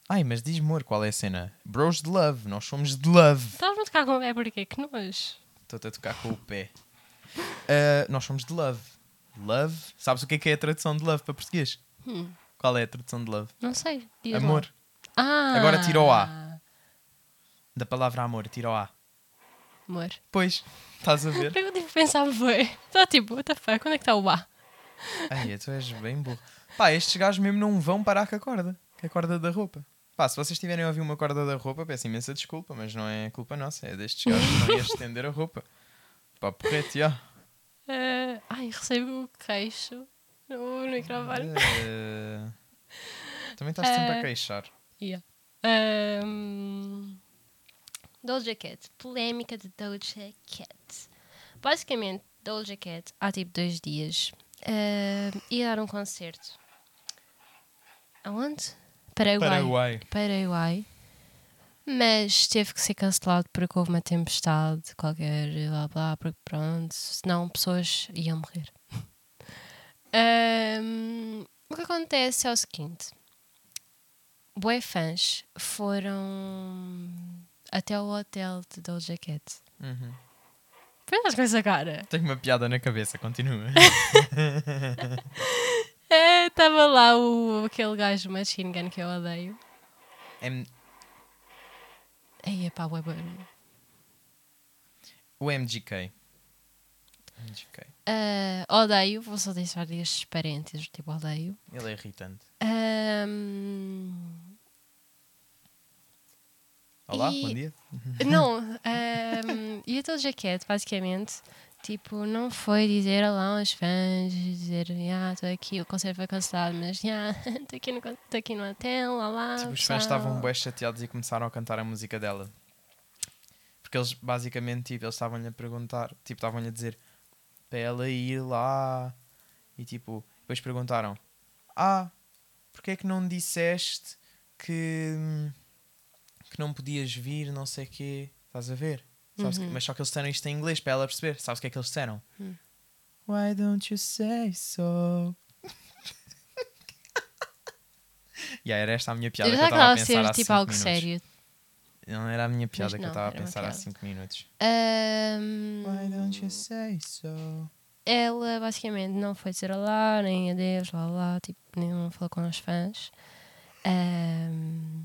A: Ai, mas diz-me, amor, qual é a cena? Bros de love, nós somos de love.
B: Estás-me a tocar com o pé porquê? é Que nojo.
A: Estou-te a tocar com o pé. Ah, nós somos de love. Love. Sabes o que é que é a tradução de love para português?
B: Hum,
A: Qual é a tradução de love?
B: não sei. diz lá.
A: Amor.
B: Ah,
A: Agora tira o A. Da palavra amor, tira o A.
B: Amor.
A: Pois, estás a ver?
B: Por que eu tive que pensar, bué? Está tipo, what the fuck, onde é que está o A?
A: Ai, tu és bem burro. Pá, estes gajos mesmo não vão parar com a corda. Com a corda da roupa. Pá, se vocês tiverem a ouvir uma corda da roupa, peço imensa desculpa, mas não é culpa nossa. É destes gajos que estão aí a estender a roupa. Pá, porrete, já.
B: Ah, ai, recebo o queixo no microfone.
A: Eh, Também estás sempre a
B: Eh.
A: queixar.
B: Yeah. Um, Doja Cat. Polémica de Doja Cat. Basicamente, Doja Cat, há tipo dois dias, eh, ia dar um concerto. Aonde? Paraguai.
A: Paraguai.
B: Paraguai. Mas teve que ser cancelado porque houve uma tempestade qualquer, blá blá, porque pronto, senão pessoas iam morrer. Ahm, o que acontece é o seguinte: Boé fãs foram até o hotel de Doja Cat.
A: Uhum.
B: Pensa com essa cara.
A: Tenho uma piada na cabeça, continua.
B: Estava É, lá o, aquele gajo do Machine Gun que eu odeio.
A: M-
B: Aí é pá, bué barulho.
A: o MGK. MGK.
B: Ah, odeio, vou só deixar estes parênteses, tipo, odeio.
A: Ele é irritante.
B: Ahm,
A: Olá,
B: E-
A: bom dia. Uhum.
B: não, ahm, e a Total Jaquete, basicamente, tipo, não foi dizer olá aos fãs, dizer, ah, estou aqui, o concerto foi cancelado, mas, ah, estou aqui, no con- tô aqui no hotel, olá.
A: Tipo, os
B: pessoal."
A: fãs estavam bem chateados e começaram a cantar a música dela. Porque eles basicamente tipo, eles estavam-lhe a perguntar, tipo, estavam-lhe a dizer para ela ir lá. E tipo, depois perguntaram: Ah, porque é que não disseste que, que não podias vir, não sei o quê? Estás a ver? Sabes que-
B: Uhum. Hum.
A: mas só que eles disseram isto em inglês para ela perceber. Sabes o que é que eles disseram? Why don't you say so? yeah, era esta a minha piada
B: Eu
A: que
B: já
A: eu estava a
B: estava a
A: pensar
B: ser,
A: há
B: tipo,
A: cinco
B: algo
A: minutos.
B: sério.
A: Não era a minha piada que
B: não,
A: eu estava a
B: era uma
A: pensar há
B: piada. Hum.
A: 5 minutos.
B: Ahm,
A: Why don't you say so?
B: ela basicamente não foi dizer olá, nem adeus, lá lá, tipo, nem falou com os fãs. Ahm,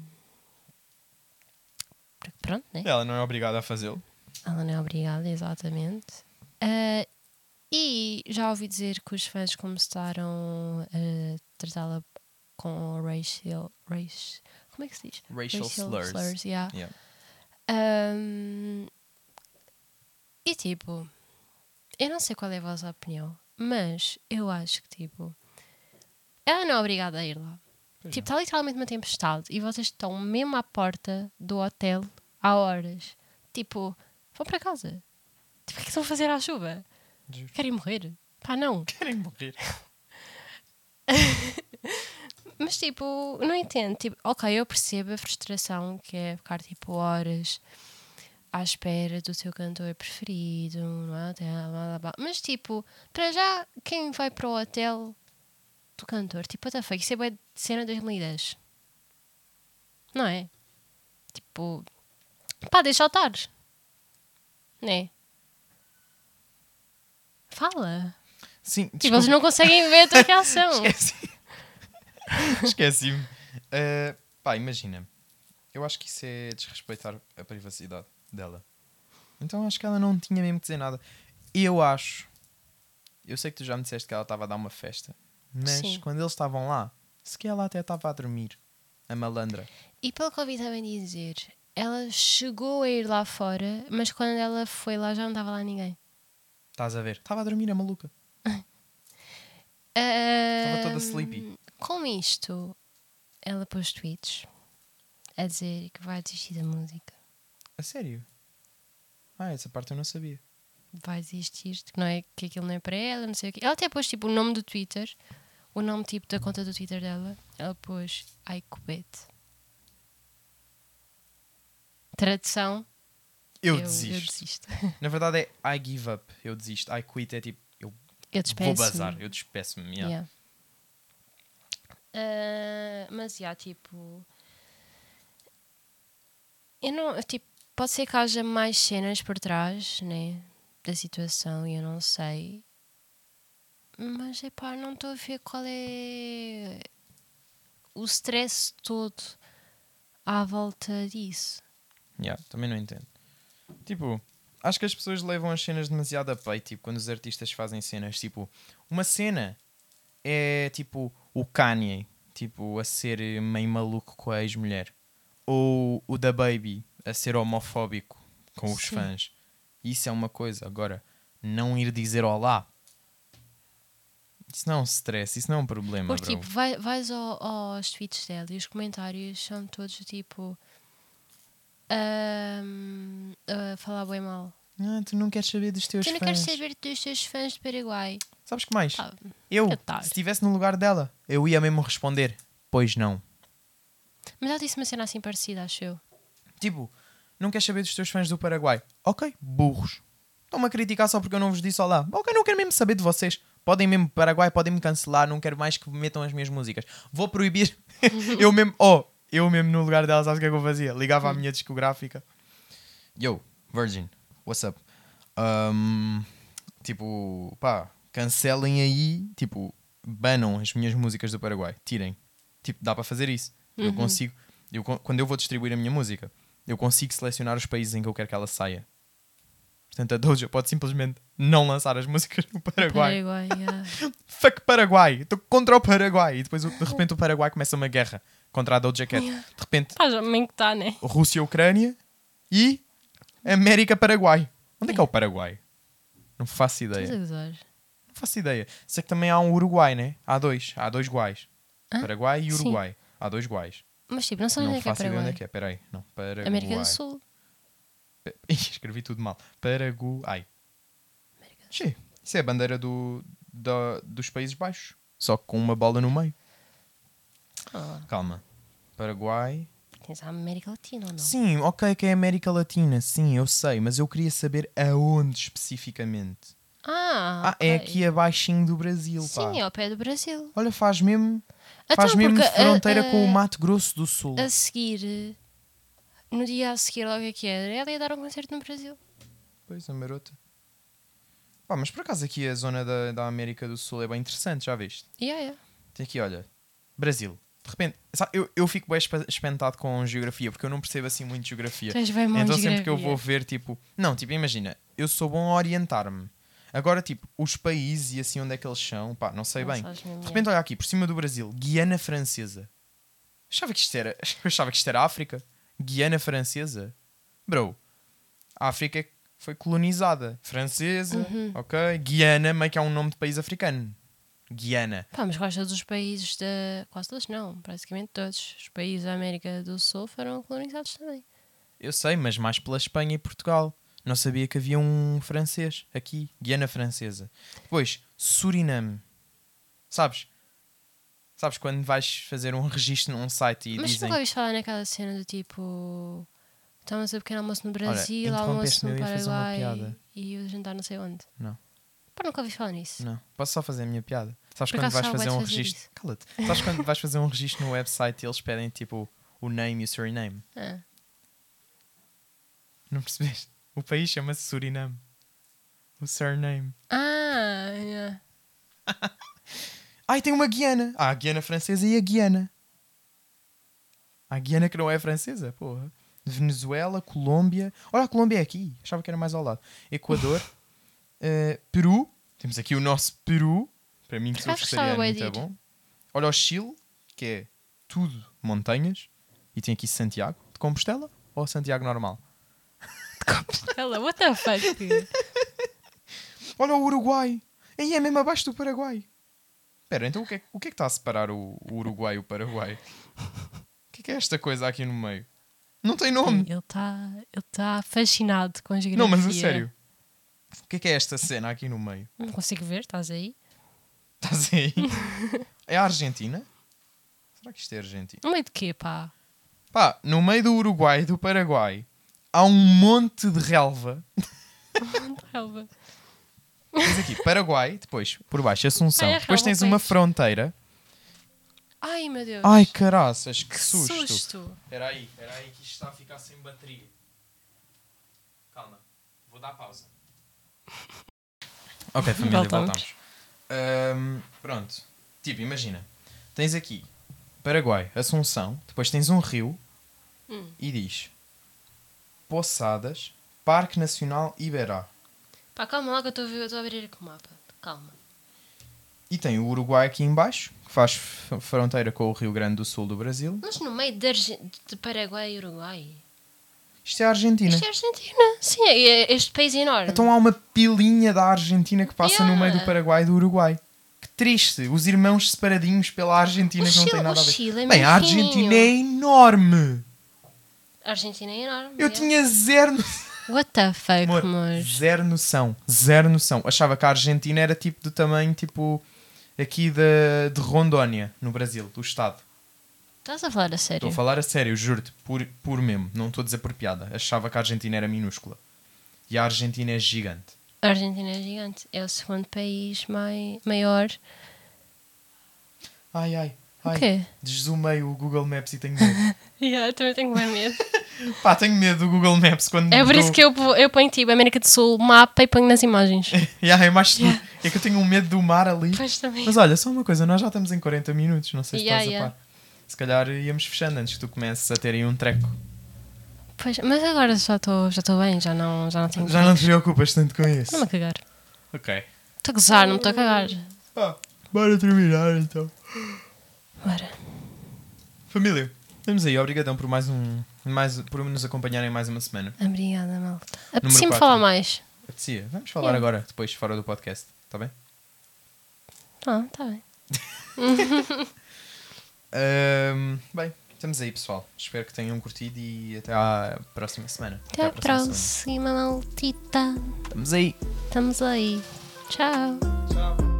B: porque pronto, né?
A: Ela não é obrigada a fazê-lo.
B: Ela não é obrigada, exatamente. Ah, e já ouvi dizer que os fãs começaram a tratá-la com racial. Race, como é que se diz?
A: Racial, slurs.
B: yeah.
A: Yeah.
B: Ahm, e tipo, eu não sei qual é a vossa opinião, mas eu acho que tipo, ela não é obrigada a ir lá.
A: Pois
B: tipo, está literalmente uma tempestade e vocês estão mesmo à porta do hotel há horas. Tipo, vão para casa. Tipo, o que é que estão a fazer à chuva?
A: Juro.
B: Querem morrer? Pá, não.
A: Querem morrer.
B: Mas tipo, não entendo. Tipo, ok, eu percebo a frustração que é ficar tipo horas à espera do teu cantor preferido, não é? Até lá, lá, lá, lá. Mas tipo, para já, quem vai para o hotel do cantor? Tipo, what the fuck? Isso é bué de cena 2010. Não é? Tipo, pá, deixa estar. Né? Fala.
A: Sim,
B: Tipo, eles não conseguem ver a tua reação.
A: Esqueci. Esqueci-me. Ah, pá, imagina. Eu acho que isso é desrespeitar a privacidade dela. Então acho que ela não tinha mesmo que dizer nada. Eu acho. Eu sei que tu já me disseste que ela estava a dar uma festa. Mas
B: Sim.
A: quando eles estavam lá, se que ela até estava a dormir. A malandra.
B: E pelo que ouvi também dizer, ela chegou a ir lá fora, mas quando ela foi lá já não estava lá ninguém.
A: Estás a ver? Estava a dormir a maluca.
B: Estava
A: toda sleepy.
B: Com isto, ela pôs tweets a dizer que vai desistir da música.
A: A sério? Ah, essa parte eu não sabia.
B: Vai desistir, que, não é, que aquilo não é para ela, não sei o quê. Ela até pôs tipo o nome do Twitter, o nome tipo da conta do Twitter dela. Ela pôs I quit. Tradução:
A: Eu,
B: eu
A: desisto.
B: Eu desisto.
A: Na verdade é I give up. Eu desisto. I quit é tipo. Eu
B: Eu
A: vou
B: despeço-me.
A: bazar. Eu despeço-me. yeah.
B: Yeah. Ah, mas, já, tipo. Eu não. eu, Tipo, pode ser que haja mais cenas por trás, né? Da situação, e eu não sei. Mas, epá, não estou a ver qual é. O stress todo à volta disso.
A: Yeah, também não entendo. Tipo, acho que as pessoas levam as cenas demasiado a peito, tipo, quando os artistas fazem cenas, tipo, uma cena é tipo o Kanye, tipo, a ser meio maluco com a ex-mulher, ou o da Baby a ser homofóbico com os
B: Sim.
A: fãs. Isso é uma coisa, agora, não ir dizer olá. Isso não é um stress, isso não é um problema,
B: Mas,
A: bro.
B: tipo, vai, vais ao- aos tweets dela e os comentários são todos tipo. ahm, a falar bem mal
A: Ah, tu não queres saber dos teus
B: Tu não
A: fãs.
B: queres saber dos teus fãs do Paraguai.
A: Sabes que mais?
B: Pá,
A: eu,
B: é tarde.
A: se estivesse no lugar dela, eu ia mesmo responder: Pois não.
B: Mas ela disse uma cena assim parecida, acho eu.
A: Tipo, não queres saber dos teus fãs do Paraguai? Ok, burros. Estão-me a criticar só porque eu não vos disse olá. Ok, não quero mesmo saber de vocês. Podem mesmo, Paraguai, podem me cancelar. Não quero mais que metam as minhas músicas. Vou proibir. eu mesmo, oh, eu mesmo no lugar dela, sabes o que é que eu fazia? Ligava à minha discográfica. Yo, Virgin, what's up? Um, tipo, pá, cancelem aí. Tipo, banam as minhas músicas do Paraguai. Tirem. Tipo, dá para fazer isso. Eu consigo. Eu, con- quando eu vou distribuir a minha música, eu consigo selecionar os países em que eu quero que ela saia. Portanto, a Doja pode simplesmente não lançar as músicas no Paraguai.
B: Paraguai, yeah.
A: Fuck Paraguai! Estou contra o Paraguai! E depois, o- de repente, o Paraguai começa uma guerra contra a Doja Cat. De repente,
B: Pá, já bem que tá, né?
A: Rússia-Ucrânia e América-Paraguai. Onde é que é o Paraguai? Não faço ideia.
B: Estás a gozar.
A: Não faço ideia. Sei que também há um Uruguai, né? Há dois. Há dois guais.
B: Hã?
A: Paraguai e
B: Sim.
A: Uruguai. Há dois guais.
B: Mas tipo, não sei onde
A: não
B: é que é
A: faço ideia
B: Paraguai.
A: onde é que é. Peraí. Não. Paraguai.
B: América do Sul.
A: Pe- Ih, Escrevi tudo mal. Paraguai.
B: América
A: Sim. Isso é a bandeira do, da- dos Países Baixos. Só que com uma bola no meio.
B: Ah,
A: Calma. Paraguai.
B: tens a América Latina ou não?
A: Sim, ok, que é América Latina. Sim, eu sei. Mas eu queria saber aonde especificamente.
B: Ah,
A: Ah, é
B: ok.
A: aqui abaixinho do Brasil, pá.
B: Sim, é ao pé do Brasil.
A: Olha, faz mesmo,
B: Então,
A: faz mesmo
B: porque eh, a-
A: fronteira
B: a-
A: com o Mato Grosso do Sul.
B: A seguir, eh, no dia a seguir, logo aqui era, ela ia dar um concerto no Brasil.
A: Pois, a marota. Pá, mas por acaso aqui a zona da, da América do Sul é bem interessante, já viste?
B: Yeah, yeah.
A: Tem aqui, olha, Brasil. De repente, sabe, eu, eu fico bem espa- espantado com geografia, porque eu não percebo assim muito geografia.
B: Tu és bem mau em
A: então sempre que eu
B: geografia.
A: vou ver, tipo, não, tipo, imagina, eu sou bom a orientar-me. Agora, tipo, os países e assim onde é que eles são, pá, não sei
B: Não
A: bem.
B: sabes mesmo,
A: De repente, olha aqui, por cima do Brasil, Guiana Francesa. Achava que isto era, achava que isto era África. Guiana Francesa. Bro, a África é que foi colonizada. Francesa, ok. Guiana, meio que é um nome de país africano. Guiana.
B: Pá, mas quase todos os países da. Quase todos não, praticamente todos. Os países da América do Sul foram colonizados também.
A: Eu sei, mas mais pela Espanha e Portugal. Não sabia que havia um francês aqui, Guiana Francesa. Depois, Suriname. Sabes? Sabes quando vais fazer um registro num site e
B: mas
A: dizem.
B: nunca ouviste falar naquela cena do tipo. Estamos a pequeno almoço no Brasil,
A: interrompeste-me,
B: almoço
A: eu
B: no
A: ia fazer um, uma
B: Paraguai
A: piada.
B: e o jantar não sei onde.
A: Não.
B: Pá, nunca ouvi falar nisso.
A: Não, posso só fazer a minha piada? Sabes
B: Por
A: quando
B: acaso
A: vais
B: já
A: fazer
B: vais
A: um
B: fazer
A: registro?
B: isso.
A: Cala-te. Sabes quando vais fazer um registro no website e eles pedem tipo o name e o surname?
B: Ah,
A: Não percebeste? O país chama-se Suriname. O surname.
B: ah yeah.
A: Ai, tem uma Guiana. Há a Guiana francesa e a Guiana. Há a Guiana que não é francesa, porra. Venezuela, Colômbia. Olha, a Colômbia é aqui. Achava que era mais ao lado. Equador, eh, Peru. Temos aqui o nosso Peru. Para mim, que sou
B: acaso
A: vegetariano,
B: gostava bué
A: muito
B: de
A: é
B: ir.
A: bom. Olha o Chile, que é tudo montanhas. E tem aqui Santiago de Compostela ou Santiago normal?
B: Ela, what the fuck? dude?
A: Olha o Uruguai. Aí é mesmo abaixo do Paraguai. Espera, então o que, é, o que é que está a separar o, o Uruguai e o Paraguai? O que é, que é esta coisa aqui no meio? Não tem nome.
B: ele está ele tá fascinado com a geografia.
A: Não, mas a sério. O que é que é esta cena aqui no meio?
B: Não consigo ver, estás aí?
A: Estás aí? É a Argentina? Será que isto é Argentina?
B: No meio de quê, pá?
A: Pá, no meio do Uruguai e do Paraguai há um monte de relva.
B: Relva.
A: Tens aqui Paraguai, depois por baixo Assunção,
B: Ah, é
A: depois
B: relva
A: tens uma
B: ao pé.
A: fronteira.
B: Ai, meu Deus.
A: Ai caraças, que
B: que
A: susto!
B: susto.
A: Espera aí, espera aí que isto está a ficar sem bateria. Calma, vou dar pausa. Ok, família,
B: Voltamos.
A: voltamos. Ahm, pronto, tipo, imagina. Tens aqui Paraguai, Assunção, depois tens um rio
B: Hum.
A: e diz Poçadas, Parque Nacional Iberá.
B: Pá, calma lá que eu estou a ver- eu estou a abrir aqui o mapa. Calma.
A: E tem o Uruguai aqui em baixo, que faz f- fronteira com o Rio Grande do Sul do Brasil.
B: Mas no meio de, Arge- de Paraguai e Uruguai.
A: Isto é a Argentina.
B: Isto é Argentina. Sim, é- é- este país é enorme.
A: Então há uma pilinha da Argentina que passa no
B: Yeah.
A: meio do Paraguai e do Uruguai. Que triste, os irmãos separadinhos pela Argentina
B: o
A: que não
B: Chile,
A: tem nada
B: o
A: a ver.
B: Chile é
A: Bem, a
B: muito
A: Argentina
B: pequenininho.
A: é enorme.
B: A Argentina é enorme.
A: Eu
B: é.
A: tinha zero. no-
B: What the fuck,
A: Amor,
B: mas.
A: Zero noção, zero noção. Achava que a Argentina era tipo do tamanho, tipo, aqui de, de Rondônia, no Brasil, do Estado.
B: Estás a falar a
A: Estou
B: sério?
A: a falar a sério, juro-te, por, por mesmo, não estou a dizer por piada. Achava que a Argentina era minúscula. E a Argentina é gigante.
B: A Argentina é gigante. É o segundo país mai... maior.
A: Ai, ai,
B: O
A: ai.
B: quê?
A: Deszoomei o Google Maps e tenho medo.
B: Yeah, eu também tenho bem medo.
A: Pá, tenho medo do Google Maps quando.
B: é por
A: mudou.
B: isso que eu, po- eu ponho tipo América do Sul, mapa e ponho nas imagens.
A: Yeah, é, mais tu- é que eu tenho um medo do mar ali.
B: Pois também.
A: Mas olha, só uma coisa, nós já estamos em 40 minutos, não sei se
B: Yeah,
A: estás
B: yeah.
A: a par. Se calhar íamos fechando antes que tu comeces a ter aí um treco.
B: Pois, mas agora já estou já tô bem, já não, já não tenho.
A: Já não te preocupas tanto com isso.
B: Estou-me a cagar.
A: Ok.
B: Estou a gozar, não me estou a cagar.
A: Pá, bora terminar então.
B: Bora.
A: Família, vamos aí, obrigadão por mais um. Mais, por nos acompanharem mais uma semana.
B: Obrigada, malta.
A: Número
B: Apetecia-me
A: quatro.
B: falar mais.
A: Apetecia. Vamos falar
B: Yeah.
A: agora, depois, fora do podcast, está bem?
B: Ah, tá bem.
A: Ahm, bem, estamos aí, pessoal. Espero que tenham curtido e até à próxima semana.
B: Até a
A: semana.
B: próxima, maltita.
A: Estamos aí.
B: Estamos aí. Tchau.
A: Tchau.